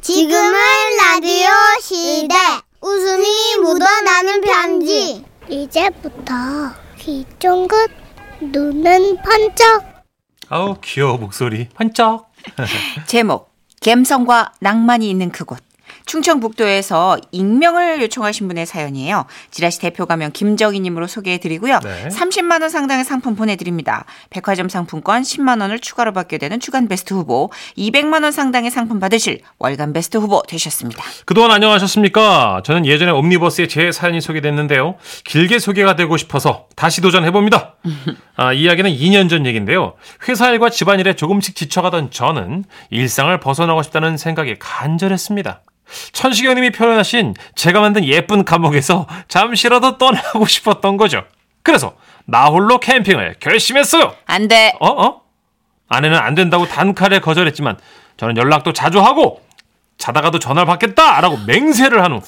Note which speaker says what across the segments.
Speaker 1: 지금은 라디오 시대. 웃음이 묻어나는 편지. 이제부터 귀 쫑긋, 눈은 번쩍.
Speaker 2: 아우 귀여워 목소리 반짝
Speaker 3: 제목 갬성과 낭만이 있는 그곳 충청북도에서 익명을 요청하신 분의 사연이에요. 지라시 대표 가명 김정희님으로 소개해드리고요.
Speaker 2: 네.
Speaker 3: 30만 원 상당의 상품 보내드립니다. 백화점 상품권 10만 원을 추가로 받게 되는 주간 베스트 후보, 200만 원 상당의 상품 받으실 월간 베스트 후보 되셨습니다.
Speaker 2: 그동안 안녕하셨습니까 저는 예전에 옴니버스에 제 사연이 소개됐는데요 길게 소개가 되고 싶어서 다시 도전해봅니다 아, 이 이야기는 2년 전 얘기인데요 회사 일과 집안일에 조금씩 지쳐가던 저는 일상을 벗어나고 싶다는 생각이 간절했습니다 천식영님이 표현하신 제가 만든 예쁜 감옥에서 잠시라도 떠나고 싶었던 거죠 그래서 나 홀로 캠핑을 결심했어요
Speaker 3: 안 돼.
Speaker 2: 어? 어? 아내는 안 된다고 단칼에 거절했지만 저는 연락도 자주 하고 자다가도 전화를 받겠다라고 맹세를 한 후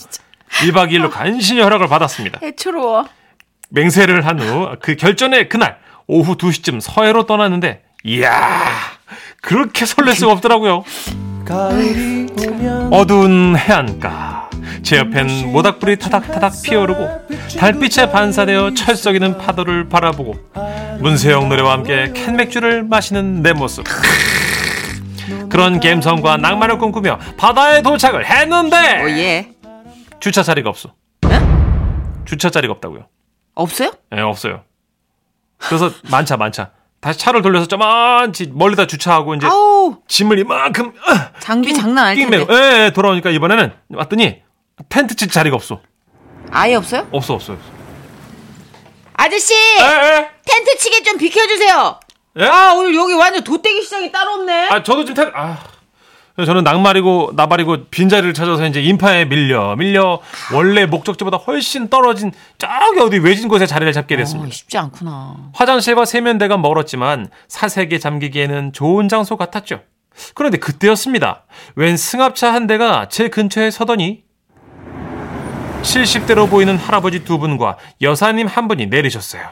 Speaker 2: 1박 2일로 간신히 허락을 받았습니다.
Speaker 3: 애초로워.
Speaker 2: 맹세를 한 후 그 결전의 그날 오후 2시쯤 서해로 떠났는데 이야 그렇게 설렐 수가 없더라고요. 어두운 해안가 제 옆엔 모닥불이 타닥타닥 피어오르고 달빛에 반사되어 철썩이는 파도를 바라보고 문세영 노래와 함께 캔맥주를 마시는 내 모습 그런 감성과 낭만을 꿈꾸며 바다에 도착을
Speaker 3: 어,
Speaker 2: 했는데
Speaker 3: 예.
Speaker 2: 주차 자리가 없어 주차 자리가 없다고요
Speaker 3: 없어요?
Speaker 2: 예, 없어요. 그래서 많차 많차. 다시 차를 돌려서 저만치 멀리다 주차하고 이제
Speaker 3: 아우,
Speaker 2: 짐을 이만큼 어,
Speaker 3: 장비 장난 아닐 텐데.
Speaker 2: 끼매고 예, 예, 돌아오니까 이번에는 왔더니 텐트 칠 자리가 없어.
Speaker 3: 아예 없어요?
Speaker 2: 없어 없어 없어.
Speaker 3: 아저씨!
Speaker 2: 예, 예.
Speaker 3: 텐트 치게 좀 비켜주세요!
Speaker 2: 예?
Speaker 3: 아, 오늘 여기 완전 도떼기 시장이 따로 없네.
Speaker 2: 아, 저도 지금 텐 아. 그래서 저는 낙말이고 나발이고 빈자리를 찾아서 이제 인파에 밀려 밀려 원래 목적지보다 훨씬 떨어진 저기 어디 외진 곳에 자리를 잡게 됐습니다.
Speaker 3: 어, 쉽지 않구나.
Speaker 2: 화장실과 세면대가 멀었지만 사색에 잠기기에는 좋은 장소 같았죠. 그런데 그때였습니다. 웬 승합차 한 대가 제 근처에 서더니 70대로 보이는 할아버지 두 분과 여사님 한 분이 내리셨어요.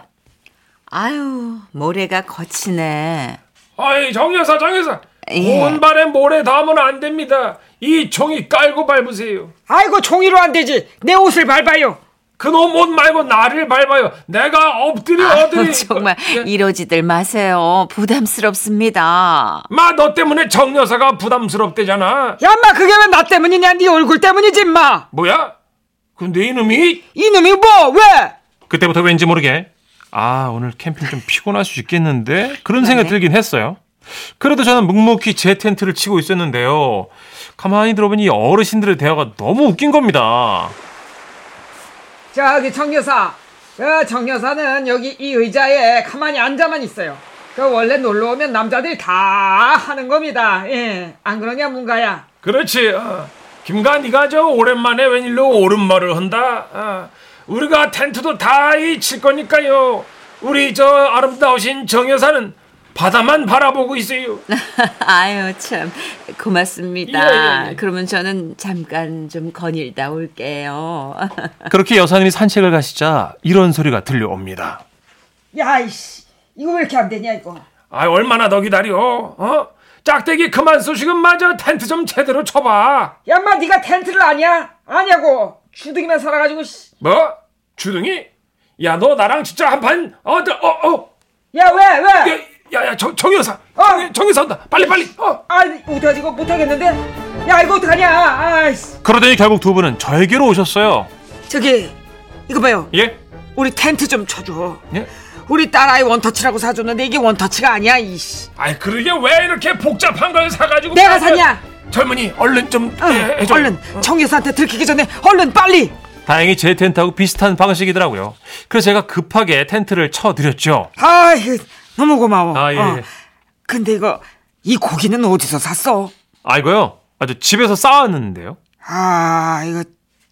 Speaker 3: 아유, 모래가 거치네.
Speaker 2: 아이 정여사 정여사
Speaker 3: 예.
Speaker 2: 발에 모래 담으면 안 됩니다. 이 종이 깔고 밟으세요.
Speaker 4: 아이고 종이로 안 되지 내 옷을 밟아요
Speaker 2: 그놈 옷 말고 나를 밟아요. 내가 엎드려
Speaker 3: 아유, 정말
Speaker 2: 그, 예.
Speaker 3: 이러지들 마세요. 부담스럽습니다.
Speaker 2: 마너 때문에 정여사가 부담스럽대잖아.
Speaker 4: 야 인마 그게 왜 나 때문이냐 네 얼굴 때문이지 인마
Speaker 2: 뭐야? 근데 이놈이
Speaker 4: 이놈이 뭐 왜?
Speaker 2: 그때부터 왠지 모르게 아 오늘 캠핑 좀 피곤할 수 있겠는데 그런
Speaker 3: 네.
Speaker 2: 생각이 들긴 했어요. 그래도 저는 묵묵히 제 텐트를 치고 있었는데요. 가만히 들어보니 이 어르신들의 대화가 너무 웃긴 겁니다.
Speaker 4: 저기 정여사 그 정여사는 여기 이 의자에 가만히 앉아만 있어요 그 원래 놀러 오면 남자들이 다 하는 겁니다 예. 안 그러냐 문가야
Speaker 5: 그렇지. 어. 김가 네가 저 오랜만에 웬일로 옳은 말을 한다. 어. 우리가 텐트도 다 이 칠 거니까요. 우리 저 아름다우신 정 여사는 바다만 바라보고 있어요.
Speaker 3: 아유, 참. 고맙습니다.
Speaker 5: 예, 예, 예.
Speaker 3: 그러면 저는 잠깐 좀 거닐다 올게요.
Speaker 2: 그렇게 여사님이 산책을 가시자 이런 소리가 들려옵니다.
Speaker 4: 야이씨 이거 왜 이렇게 안 되냐 이거
Speaker 5: 아 얼마나 더 기다려? 어? 짝대기 그만 쏘시금 마저 텐트 좀 제대로 쳐봐.
Speaker 4: 야 인마 네가 텐트를 아냐? 아냐고 주둥이만 살아가지고 씨.
Speaker 5: 뭐? 주둥이? 야 너 나랑 진짜 한판 어? 너, 어? 어?
Speaker 4: 야 왜? 왜?
Speaker 5: 야야 정, 정 여사.
Speaker 4: 어.
Speaker 5: 정, 정 여사 온다. 빨리 빨리. 어.
Speaker 4: 아 어떡하지 이거 못하겠는데? 야 이거 어떡하냐 아이씨
Speaker 2: 그러더니 결국 두 분은 저에게로 오셨어요.
Speaker 4: 저기 이거 봐요
Speaker 2: 예?
Speaker 4: 우리 텐트 좀 쳐줘
Speaker 2: 예?
Speaker 4: 우리 딸아이 원터치라고 사줬는데 이게 원터치가 아니야 이씨
Speaker 5: 아이 그러게 왜 이렇게 복잡한 걸 사가지고
Speaker 4: 내가 사냐?
Speaker 5: 젊은이 얼른 좀
Speaker 4: 어,
Speaker 5: 예, 해줘.
Speaker 4: 얼른 정 여사한테 들키기 전에 얼른 빨리
Speaker 2: 다행히 제 텐트하고 비슷한 방식이더라고요. 그래서 제가 급하게 텐트를 쳐드렸죠.
Speaker 4: 아이 그, 너무 고마워
Speaker 2: 아, 예,
Speaker 4: 어.
Speaker 2: 예.
Speaker 4: 근데 이거 이 고기는 어디서 샀어?
Speaker 2: 아 이거요? 아주 집에서 싸왔는데요.
Speaker 4: 아 이거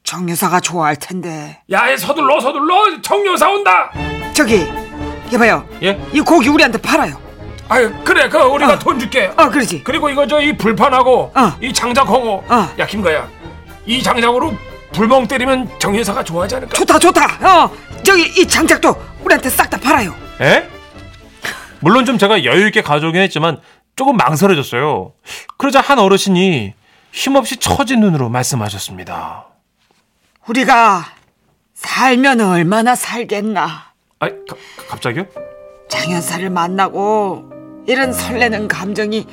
Speaker 4: 정 여사가 좋아할 텐데
Speaker 5: 야, 얘 서둘러, 서둘러, 청료사 온다.
Speaker 4: 저기 이거 봐요
Speaker 2: 예?
Speaker 4: 이 고기 우리한테 팔아요
Speaker 5: 아, 그래, 그 우리가
Speaker 4: 어.
Speaker 5: 돈 줄게.
Speaker 4: 어 그러지
Speaker 5: 그리고 이거 저 이 불판하고
Speaker 4: 어.
Speaker 5: 이 장작하고,
Speaker 4: 어.
Speaker 5: 야 김가야, 이 장작으로 불멍 때리면 정여사가 좋아하지 않을까?
Speaker 4: 좋다 좋다 어 저기 이 장작도 우리한테 싹 다 팔아요
Speaker 2: 에? 물론 좀 제가 여유 있게 가져오긴 했지만 조금 망설여졌어요. 그러자 한 어르신이 힘없이 처진 눈으로 말씀하셨습니다.
Speaker 4: 우리가 살면 얼마나 살겠나.
Speaker 2: 아이, 가- 갑자기요?
Speaker 4: 장현사를 만나고 이런 설레는 감정이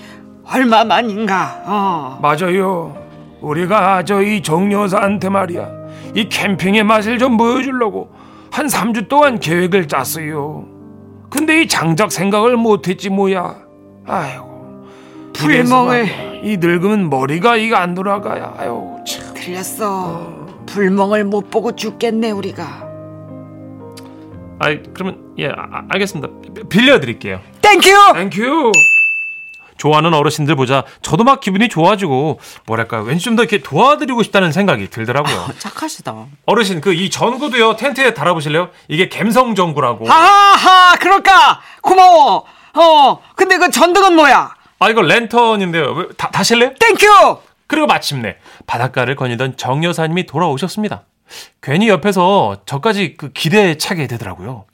Speaker 4: 얼마만인가. 어.
Speaker 5: 맞아요. 우리가 저 이 정여사한테 말이야. 이 캠핑의 맛을 좀 보여주려고 한 3주 동안 계획을 짰어요. 근데 이 장작 생각을 못했지 뭐야. 아이고.
Speaker 4: 불멍을.
Speaker 5: 불에서 말이야. 이 늙으면 머리가 이거 안 돌아가야. 아유 참.
Speaker 4: 들렸어. 불멍을 못 보고 죽겠네 우리가.
Speaker 2: 아이, 그러면 예, 아, 알겠습니다. 빌- 빌려드릴게요.
Speaker 4: 땡큐.
Speaker 3: 아,
Speaker 5: 땡큐.
Speaker 2: 좋아하는 어르신들 보자 저도 막 기분이 좋아지고 뭐랄까 왠지 좀 더 이렇게 도와드리고 싶다는 생각이 들더라고요.
Speaker 3: 착하시다.
Speaker 2: 어르신 그 이 전구도요 텐트에 달아보실래요? 이게 갬성 전구라고.
Speaker 4: 아하 그럴까. 고마워. 어. 근데 그 전등은 뭐야?
Speaker 2: 아 이거 랜턴인데요. 왜, 다 다실래요?
Speaker 4: 땡큐.
Speaker 2: 그리고 마침내 바닷가를 거니던 정 여사님이 돌아오셨습니다. 괜히 옆에서 저까지 그 기대에 차게 되더라고요.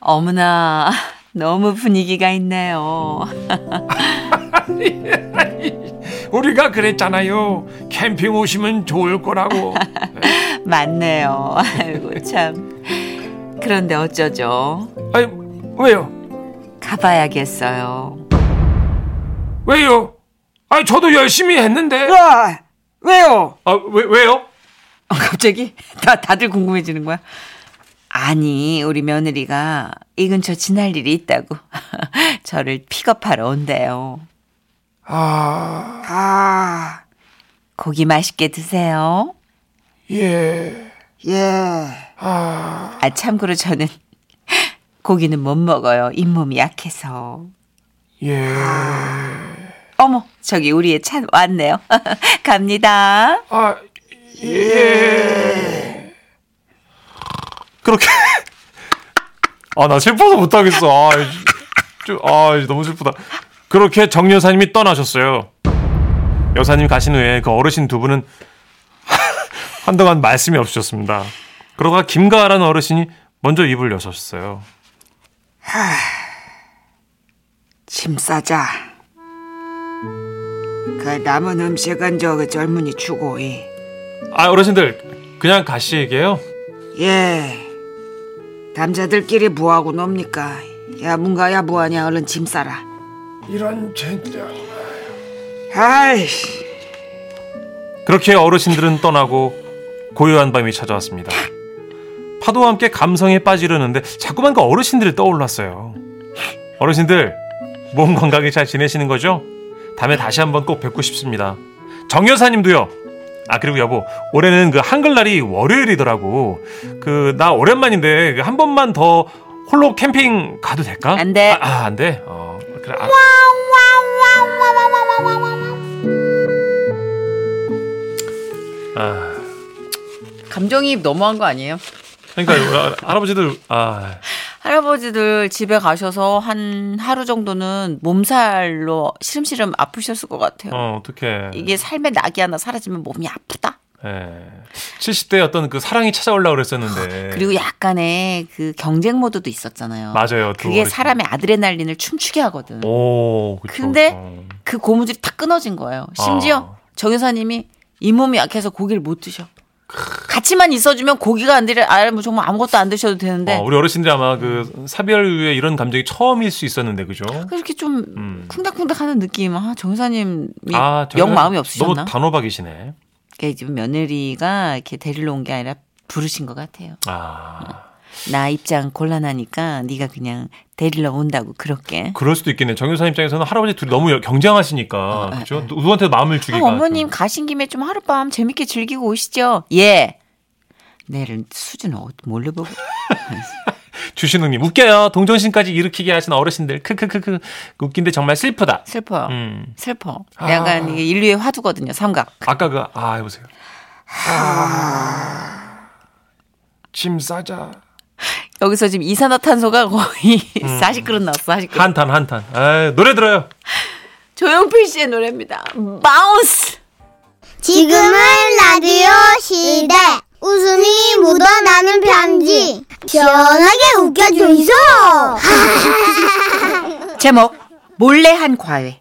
Speaker 3: 어머나, 너무 분위기가 있네요.
Speaker 5: 우리가 그랬잖아요. 캠핑 오시면 좋을 거라고.
Speaker 3: 맞네요. 아이고, 참. 그런데 어쩌죠?
Speaker 5: 아니 왜요?
Speaker 3: 가봐야겠어요.
Speaker 5: 왜요? 아니 저도 열심히 했는데.
Speaker 4: 와, 왜요?
Speaker 2: 아 왜, 왜요?
Speaker 3: 어, 갑자기? 다, 다들 궁금해지는 거야? 아니, 우리 며느리가 이 근처 지날 일이 있다고 저를 픽업하러 온대요.
Speaker 5: 아
Speaker 4: 아,
Speaker 3: 고기 맛있게 드세요.
Speaker 5: 예.
Speaker 4: 예.
Speaker 3: 아, 참고로 저는 고기는 못 먹어요. 잇몸이 약해서.
Speaker 5: 예.
Speaker 3: 어머, 저기 우리의 차 왔네요. 갑니다.
Speaker 5: 아
Speaker 2: 예. 그렇게 아 나 슬퍼서 못하겠어. 아, 좀, 아 너무 슬프다. 그렇게 정 여사님이 떠나셨어요. 여사님 가신 후에 그 어르신 두 분은 한동안 말씀이 없으셨습니다. 그러다 김가라는 어르신이 먼저 입을 여셨어요.
Speaker 4: 짐 싸자. 그 남은 음식은 저그 젊은이 주고, 이.
Speaker 2: 아 어르신들 그냥 가시 얘기해요.
Speaker 4: 예. 남자들끼리 뭐하고 놉니까? 야, 뭔가야, 뭐하냐. 얼른 짐 싸라.
Speaker 5: 이런 진짜.
Speaker 4: 아이씨.
Speaker 2: 그렇게 어르신들은 떠나고 고요한 밤이 찾아왔습니다. 파도와 함께 감성에 빠지려는데 자꾸만 그 어르신들이 떠올랐어요. 어르신들 몸 건강히 잘 지내시는 거죠? 다음에 다시 한번 꼭 뵙고 싶습니다. 정 여사님도요. 아 그리고 여보 올해는 그 한글날이 월요일이더라고. 그 나 오랜만인데 그한 번만 더 홀로 캠핑 가도 될까?
Speaker 3: 안 돼.
Speaker 2: 아, 아, 안 돼. 어 그래. 아. 아.
Speaker 3: 감정이입 너무한 거 아니에요?
Speaker 2: 그러니까 요 할아버지들 아
Speaker 3: 할아버지들 집에 가셔서 한 하루 정도는 몸살로 시름시름 아프셨을 것 같아요.
Speaker 2: 어, 어떻게
Speaker 3: 이게 삶의 낙이 하나 사라지면 몸이 아프다.
Speaker 2: 예. 70대 어떤 그 사랑이 찾아올라 그랬었는데
Speaker 3: 그리고 약간의 그 경쟁 모드도
Speaker 2: 네.
Speaker 3: 있었잖아요.
Speaker 2: 맞아요. 어. 또
Speaker 3: 그게
Speaker 2: 어르신.
Speaker 3: 사람의 아드레날린을 춤추게 하거든.
Speaker 2: 오 그쵸, 어.
Speaker 3: 근데
Speaker 2: 그쵸.
Speaker 3: 그 고무줄이 탁 끊어진 거예요.
Speaker 2: 아.
Speaker 3: 심지어 정 여사님이 이 몸이 약해서 고기를 못 드셔. 같이만 있어주면 고기가 안 드려. 아, 뭐 정말 아무것도 안 드셔도 되는데. 음.
Speaker 2: 어, 우리 어르신들이 아마 그 사별 후에 이런 감정이 처음일 수 있었는데 그죠?
Speaker 3: 그렇게 좀
Speaker 2: 음.
Speaker 3: 쿵닥쿵닥 하는 느낌. 아, 정 여사님이
Speaker 2: 저는
Speaker 3: 영 마음이 없으셨나?
Speaker 2: 아, 너무 단호박이시네.
Speaker 3: 그러니까 지금 며느리가 이렇게 데리러 온 게 아니라 부르신 것 같아요.
Speaker 2: 아
Speaker 3: 나 입장 곤란하니까 네가 그냥 데리러 온다고 그렇게.
Speaker 2: 그럴 수도 있겠네. 정유사 입장에서는 할아버지 둘이 너무 여- 경쟁하시니까 그죠? 누구한테 마음을
Speaker 3: 아,
Speaker 2: 주기가
Speaker 3: 어머님 가신 김에 좀 하룻밤 재밌게 즐기고 오시죠. 예. 내일은 수준 어 몰래 보고.
Speaker 2: 주신우님 웃겨요. 동정심까지 일으키게 하신 어르신들 크크크크 웃긴데 정말 슬프다.
Speaker 3: 슬퍼요.
Speaker 2: 음
Speaker 3: 슬퍼. 약간 이게 인류의 화두거든요. 삼각.
Speaker 2: 아까 그아 해보세요.
Speaker 5: 짐 싸자.
Speaker 3: 여기서 지금 이산화탄소가 거의 40그릇 나왔어. 40그릇.
Speaker 2: 한탄 한탄. 에 노래 들어요.
Speaker 3: 조용필 씨의 노래입니다. 바운스.
Speaker 1: 지금은 라디오 시대. 웃음이 묻어나는 편지. 시원하게 웃겨주이소.
Speaker 3: 제목 몰래 한 과외.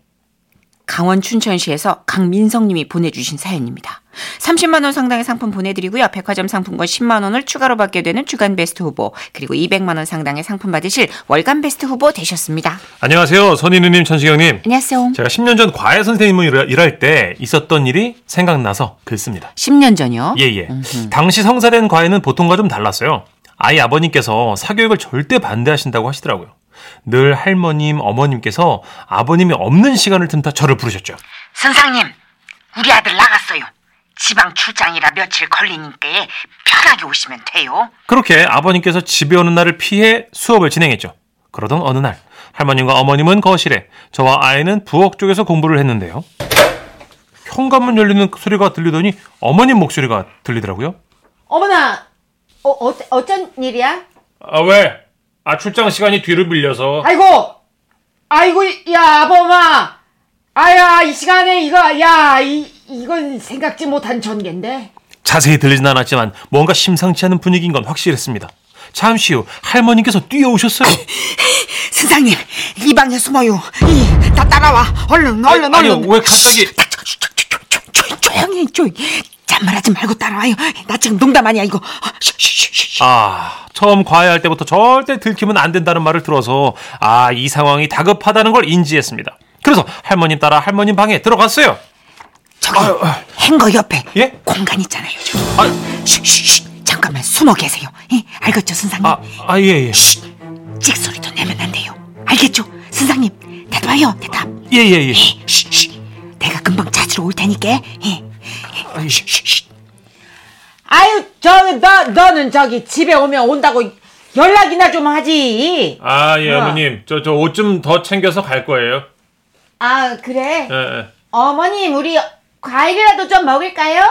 Speaker 3: 강원 춘천시에서 강민성님이 보내주신 사연입니다. 30만 원 상당의 상품 보내드리고요. 백화점 상품권 10만 원을 추가로 받게 되는 주간 베스트 후보 그리고 200만 원 상당의 상품 받으실 월간 베스트 후보 되셨습니다.
Speaker 2: 안녕하세요. 선인우님, 천식영님.
Speaker 3: 안녕하세요.
Speaker 2: 제가 10년 전 과외 선생님을 일하- 일할 때 있었던 일이 생각나서 글씁니다.
Speaker 3: 10년 전요.
Speaker 2: 예, 예. 당시 성사된 과외는 보통과 좀 달랐어요. 아이 아버님께서 사교육을 절대 반대하신다고 하시더라고요. 늘 할머님, 어머님께서 아버님이 없는 시간을 틈타 저를 부르셨죠.
Speaker 6: 선상님, 우리 아들 나갔어요. 지방 출장이라 며칠 걸리니까 편하게 오시면 돼요.
Speaker 2: 그렇게 아버님께서 집에 오는 날을 피해 수업을 진행했죠. 그러던 어느 날, 할머님과 어머님은 거실에, 저와 아이는 부엌 쪽에서 공부를 했는데요. 현관문 열리는 소리가 들리더니 어머님 목소리가 들리더라고요.
Speaker 7: 어머나, 어, 어, 어쩐 일이야?
Speaker 5: 아 왜? 아 출장 시간이 뒤로 밀려서
Speaker 4: 아이고, 아이고, 야, 아범아. 아야, 이 시간에 이거, 야, 이, 이건 생각지 못한 전개인데.
Speaker 2: 자세히 들리진 않았지만 뭔가 심상치 않은 분위기인 건 확실했습니다. 잠시 후 할머니께서 뛰어오셨어요.
Speaker 6: 선상님, 이 방에 숨어요. 이, 나 따라와. 얼른, 얼른,
Speaker 2: 아니,
Speaker 6: 얼른.
Speaker 2: 왜그 갑자기?
Speaker 6: 조용히, 해, 조용히. 잔말하지 말고 따라와요. 나 지금 농담 아니야, 이거. 어, 쉬, 쉬, 쉬, 쉬.
Speaker 2: 아, 처음 과외할 때부터 절대 들키면 안 된다는 말을 들어서 아, 이 상황이 다급하다는 걸 인지했습니다. 그래서 할머님 따라 할머님 방에 들어갔어요.
Speaker 6: 저기, 행거 옆에
Speaker 2: 아, 예?
Speaker 6: 공간 있잖아요. 저기.
Speaker 2: 아,
Speaker 6: 쉬, 쉬, 쉬. 잠깐만 숨어 계세요. 예, 알겠죠, 선상님?
Speaker 2: 아, 아 예, 예.
Speaker 6: 찍소리도 내면 안 돼요. 알겠죠? 선상님, 대답해요, 대답.
Speaker 2: 예, 예, 예.
Speaker 6: 쉿, 쉿. 내가 금방 찾으러 올 테니까. 예. 쉿, 쉿, 쉿.
Speaker 7: 아유, 저, 너, 너는 저기 집에 오면 온다고 연락이나 좀 하지.
Speaker 5: 아 예 어머님 저 저 옷 좀 더 챙겨서 갈 거예요.
Speaker 7: 아, 그래.
Speaker 2: 네.
Speaker 5: 예, 예.
Speaker 7: 어머님, 우리 과일이라도 좀 먹을까요?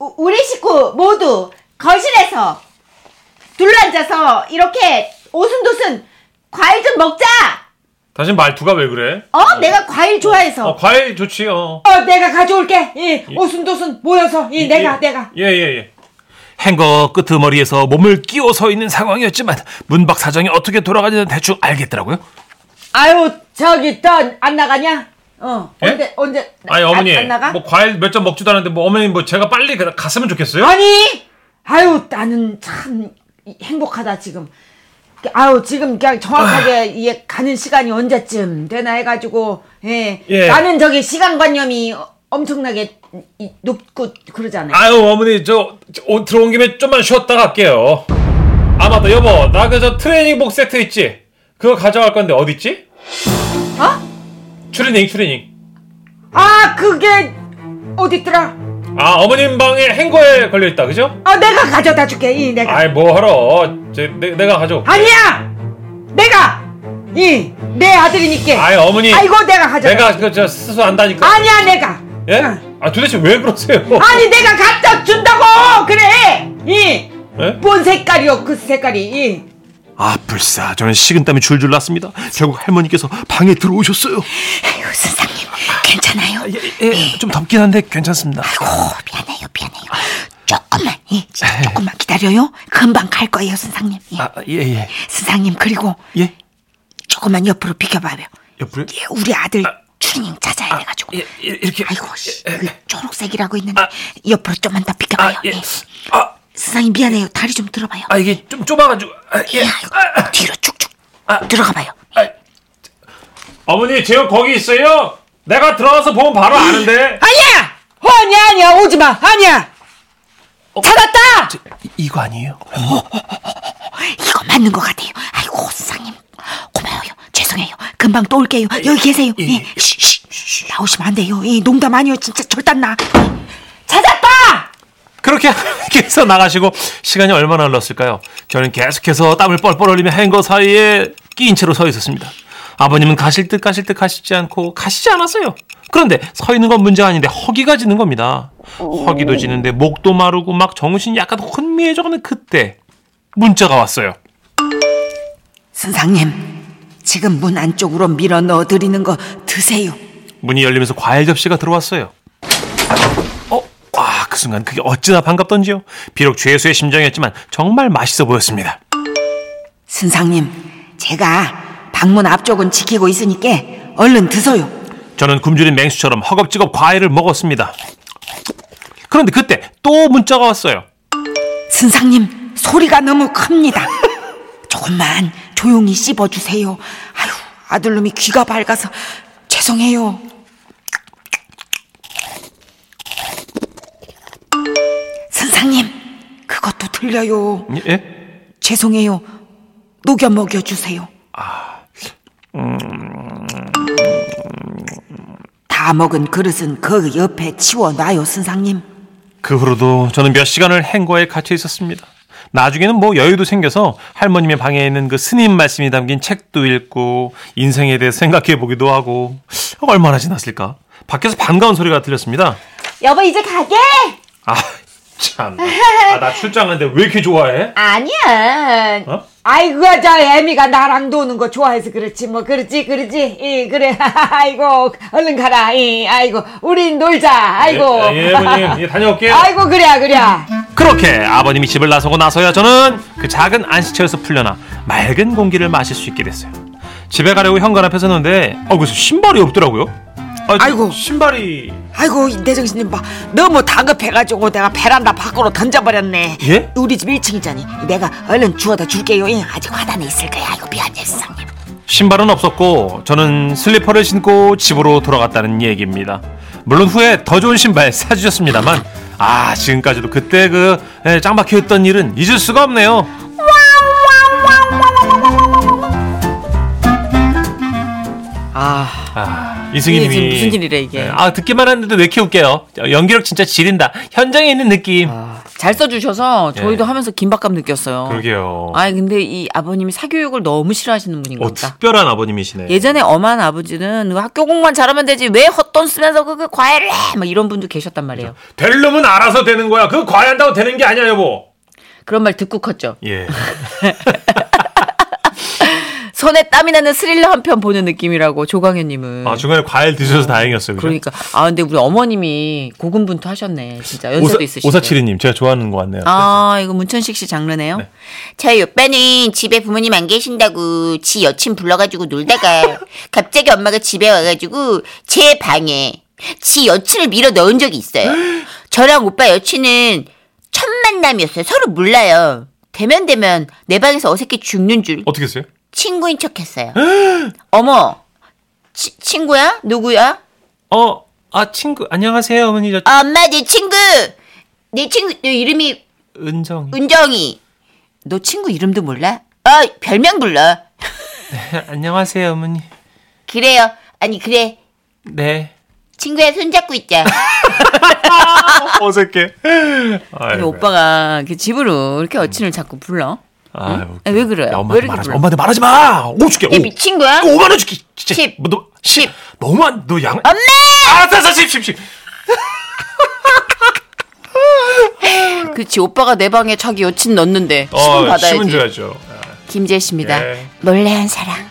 Speaker 7: 우, 우리 식구 모두 거실에서 둘러앉아서 이렇게 오순도순 과일 좀 먹자!
Speaker 5: 다시 말투가 왜 그래?
Speaker 7: 어? 내가 과일
Speaker 5: 어
Speaker 7: 좋아해서.
Speaker 5: 과일 좋지요.
Speaker 4: 어, 내가 가져올게. 예, 오순도순 모여서. 예, 내가,
Speaker 5: 예.
Speaker 4: 내가.
Speaker 5: 예 예, 예.
Speaker 2: 행거 끄트머리에서 몸을 끼워 서 있는 상황이었지만 문박 사정이 어떻게 돌아가는지 대충 알겠더라고요.
Speaker 4: 아유, 저기, 넌안 나가냐? 어,
Speaker 5: 예?
Speaker 4: 언제, 언제.
Speaker 5: 아니 어머니
Speaker 4: 안, 안 나가?
Speaker 5: 뭐 과일 몇 점 먹지도 않았는데 뭐 어머니 뭐 제가 빨리 가- 갔으면 좋겠어요?
Speaker 4: 아니! 아유, 나는 참 행복하다, 지금. 아유, 지금 그냥
Speaker 5: 아.
Speaker 4: 정확하게 이게 가는 시간이 언제쯤 되나 해가지고, 예.
Speaker 5: 예.
Speaker 4: 나는 저기 시간관념이 엄청나게 이- 높고 그러잖아요.
Speaker 5: 아유 어머니 저, 저 옷 들어온 김에 좀만 쉬었다 갈게요. 아 맞다 여보 나 그 저 트레이닝복 세트 있지? 그거 가져갈 건데 어디 있지? 어? 트레이닝 트레이닝.
Speaker 4: 아, 그게 어딨더라?
Speaker 5: 아 어머님 방에 행거에 걸려 있다 그죠?
Speaker 4: 아, 내가 가져다 줄게, 이, 내가.
Speaker 5: 아이 뭐 하러? 제, 내, 내가 가져.
Speaker 4: 아니야! 내가! 이, 내 아들이니까.
Speaker 5: 아이 어머니.
Speaker 4: 아이고, 내가 가져다.
Speaker 5: 내가 그저 스스로 안다니까.
Speaker 4: 아니야, 내가!
Speaker 5: 예?
Speaker 4: 응.
Speaker 5: 아 도대체 왜 그러세요?
Speaker 4: 아니, 내가 갖다 준다고! 그래! 이!
Speaker 5: 예?
Speaker 4: 뭔 색깔이요, 그 색깔이. 이.
Speaker 2: 아, 불사. 저는 식은땀이 줄줄 났습니다. 결국 할머니께서 방에 들어오셨어요.
Speaker 6: 아유, 선상님, 괜찮아요?
Speaker 2: 예, 예, 좀 덥긴 한데 괜찮습니다.
Speaker 6: 아이고, 미안해요, 미안해요. 조금만, 예, 진짜 조금만 기다려요. 금방 갈 거예요, 선상님. 예.
Speaker 2: 아, 예, 예.
Speaker 6: 선상님, 그리고
Speaker 2: 예?
Speaker 6: 조금만 옆으로 비켜봐요.
Speaker 2: 옆으로?
Speaker 6: 예, 우리 아들 추리닝 찾아야 돼가지고.
Speaker 2: 예, 예, 이렇게.
Speaker 6: 아이고, 씨, 그 초록색이라고 있는데 옆으로 좀만 더
Speaker 2: 아,
Speaker 6: 비켜봐요.
Speaker 2: 예.
Speaker 6: 예.
Speaker 2: 아,
Speaker 6: 선상님, 미안해요. 다리 좀 들어봐요.
Speaker 2: 아, 이게 좀 좁아가지고. 아, 예. 아.
Speaker 6: 예, 아이고, 뒤로 쭉쭉 들어가봐요.
Speaker 5: 어머니 제가 거기 있어요. 내가 들어가서 보면 바로 아는데.
Speaker 4: 아니야! 어, 아니야, 아니야, 오지 마! 아니야!
Speaker 5: 어.
Speaker 4: 찾았다!
Speaker 2: 이- 이거 아니에요?
Speaker 6: 이거 맞는 것 같아요. 아이고, 선상님. 고마워요. 죄송해요. 금방 또 올게요. 여기 계세요. 예. 쉬, 쉬, 쉬. 나오시면 안 돼요. 예, 농담 아니요. 진짜 절단 나.
Speaker 4: 찾았다!
Speaker 2: 그렇게 계속 나가시고 시간이 얼마나 흘렀을까요? 저는 계속해서 땀을 뻘뻘 흘리며 행거 사이에 끼인 채로 서 있었습니다. 아버님은 가실 듯 가실 듯 가시지 않고 가시지 않았어요. 그런데 서 있는 건 문제 아닌데 허기가 지는 겁니다. 허기도 지는데 목도 마르고 막 정신이 약간 혼미해져가는 그때 문자가 왔어요.
Speaker 6: 선상님. 지금 문 안쪽으로 밀어 넣어드리는 거 드세요.
Speaker 2: 문이 열리면서 과일 접시가 들어왔어요. 어? 와, 그 순간 그게 어찌나 반갑던지요. 비록 죄수의 심정이었지만 정말 맛있어 보였습니다.
Speaker 6: 선상님. 제가 방문 앞쪽은 지키고 있으니까 얼른 드세요.
Speaker 2: 저는 굶주린 맹수처럼 허겁지겁 과일을 먹었습니다. 그런데 그때 또 문자가 왔어요.
Speaker 4: 선상님 소리가 너무 큽니다. 조금만 조용히 씹어주세요. 아유 아들놈이 귀가 밝아서 죄송해요. 선상님 그것도 들려요.
Speaker 2: 예?
Speaker 4: 죄송해요. 녹여 먹여 주세요. 다 먹은 그릇은 그 옆에 치워놔요, 선상님.
Speaker 2: 그 후로도 저는 몇 시간을 행거에 갇혀 있었습니다. 나중에는 뭐 여유도 생겨서 할머님의 방에 있는 그 스님 말씀이 담긴 책도 읽고 인생에 대해 생각해 보기도 하고 얼마나 지났을까? 밖에서 반가운 소리가 들렸습니다.
Speaker 3: 여보 이제 가게?
Speaker 2: 아 참, 아, 나 출장하는데 왜 이렇게 좋아해?
Speaker 3: 아니야.
Speaker 2: 어?
Speaker 7: 아이고 저 애미가 나랑 노는 거 좋아해서 그렇지 뭐 그렇지 그렇지 이 그래 아이고 얼른 가라 이 아이고 우린 놀자 아이고
Speaker 2: 예, 예, 어머님, 예, 다녀올게요.
Speaker 7: 아이고 그래야 그래야
Speaker 2: 그렇게 아버님이 집을 나서고 나서야 저는 그 작은 안식처에서 풀려나 맑은 공기를 마실 수 있게 됐어요. 집에 가려고 현관 앞에 섰는데 어 그래서 신발이 없더라고요. 아, 저
Speaker 4: 아이고.
Speaker 2: 신발이
Speaker 4: 아이고 내 정신님 봐 너무 다급해가지고 내가 베란다 밖으로 던져버렸네
Speaker 2: 예?
Speaker 4: 우리 집 1층이잖니 내가 얼른 주워다 줄게요 예, 아직 화단에 있을 거야 아이고 미안해 선생님
Speaker 2: 신발은 없었고 저는 슬리퍼를 신고 집으로 돌아갔다는 얘기입니다. 물론 후에 더 좋은 신발 사주셨습니다만 아 지금까지도 그때 그 예, 짱박혀있던 일은 잊을 수가 없네요.
Speaker 7: 아
Speaker 2: 아,
Speaker 7: 이게
Speaker 2: 이승희님이
Speaker 7: 지금 무슨 일이래, 이게.
Speaker 2: 예, 아 듣기만 하는데 왜 이렇게 웃겨요? 연기력 진짜 지린다. 현장에 있는 느낌.
Speaker 7: 잘 써주셔서 저희도
Speaker 2: 예.
Speaker 7: 하면서 긴박감 느꼈어요
Speaker 2: 그러게요.
Speaker 7: 아니 근데 이 아버님이 사교육을 너무 싫어하시는 분인
Speaker 2: 어,
Speaker 7: 것 같다
Speaker 2: 특별한 아버님이시네.
Speaker 7: 예전에 엄한 아버지는 그 학교 공부만 잘하면 되지 왜 헛돈 쓰면서 그, 그 과외를 해! 막 이런 분도 계셨단 말이에요
Speaker 2: 그렇죠.
Speaker 8: 될 놈은 알아서 되는 거야. 그거 과외한다고 되는 게 아니야, 여보.
Speaker 7: 그런 말 듣고 컸죠
Speaker 2: 예.
Speaker 7: 손에 땀이 나는 스릴러 한 편 보는 느낌이라고 조광현님은
Speaker 2: 아 중간에 과일 드셔서 다행이었어요. 그죠?
Speaker 7: 네. 그러니까 아 근데 우리 어머님이 고군분투하셨네 진짜 연세도 있으시고
Speaker 2: 오사칠이님 제가 좋아하는 것 같네요.
Speaker 7: 아 이거 문천식 씨 장르네요
Speaker 3: 저희 오빠는 집에 부모님 안 계신다고 지 여친 불러가지고 놀다가 갑자기 엄마가 집에 와가지고 제 방에 지 여친을 밀어 넣은 적이 있어요. 저랑 오빠 여친은 첫 만남이었어요. 서로 몰라요. 대면 대면 내 방에서 어색해 죽는 줄
Speaker 2: 어떻게 했어요?
Speaker 3: 친구인 척했어요. 어머, 치- 친구야? 누구야?
Speaker 2: 어, 아 친구 안녕하세요 어머니 저
Speaker 3: 엄마 내 친구. 내 친구 내 이름이
Speaker 2: 은정.
Speaker 7: 아,
Speaker 3: 은정이.
Speaker 9: 너 친구 이름도 몰라?
Speaker 3: 아 별명 불러.
Speaker 2: 네, 안녕하세요 어머니.
Speaker 3: 그래요. 아니 그래.
Speaker 2: 네.
Speaker 3: 친구야 손잡고 있자.
Speaker 2: 어색해. 아유,
Speaker 7: 근데 오빠가 그 집으로 이렇게 여친을 자꾸 불러
Speaker 2: 아유,
Speaker 7: 아, 왜 그래요?
Speaker 2: 야,
Speaker 7: 왜
Speaker 2: 엄마한테
Speaker 7: 이렇게
Speaker 2: 말하지,
Speaker 7: 불러?
Speaker 2: 엄마한테 말하지 마. 오 줄게.
Speaker 3: 야, 미
Speaker 2: 오.
Speaker 3: 친구야.
Speaker 2: 5만 원 줄게. 진짜.
Speaker 3: 십.
Speaker 2: 뭐, 너, 십. 너무 안, 너 양.
Speaker 7: 아!
Speaker 2: 엄마. 알았어, 알았어, 십, 십, 십.
Speaker 7: 그치 오빠가 내 방에 자기 여친 넣는데
Speaker 2: 어,
Speaker 7: 받아야지.
Speaker 2: 십은 줘야죠.
Speaker 7: 김재씨입니다
Speaker 2: 예.
Speaker 3: 놀래한 사랑.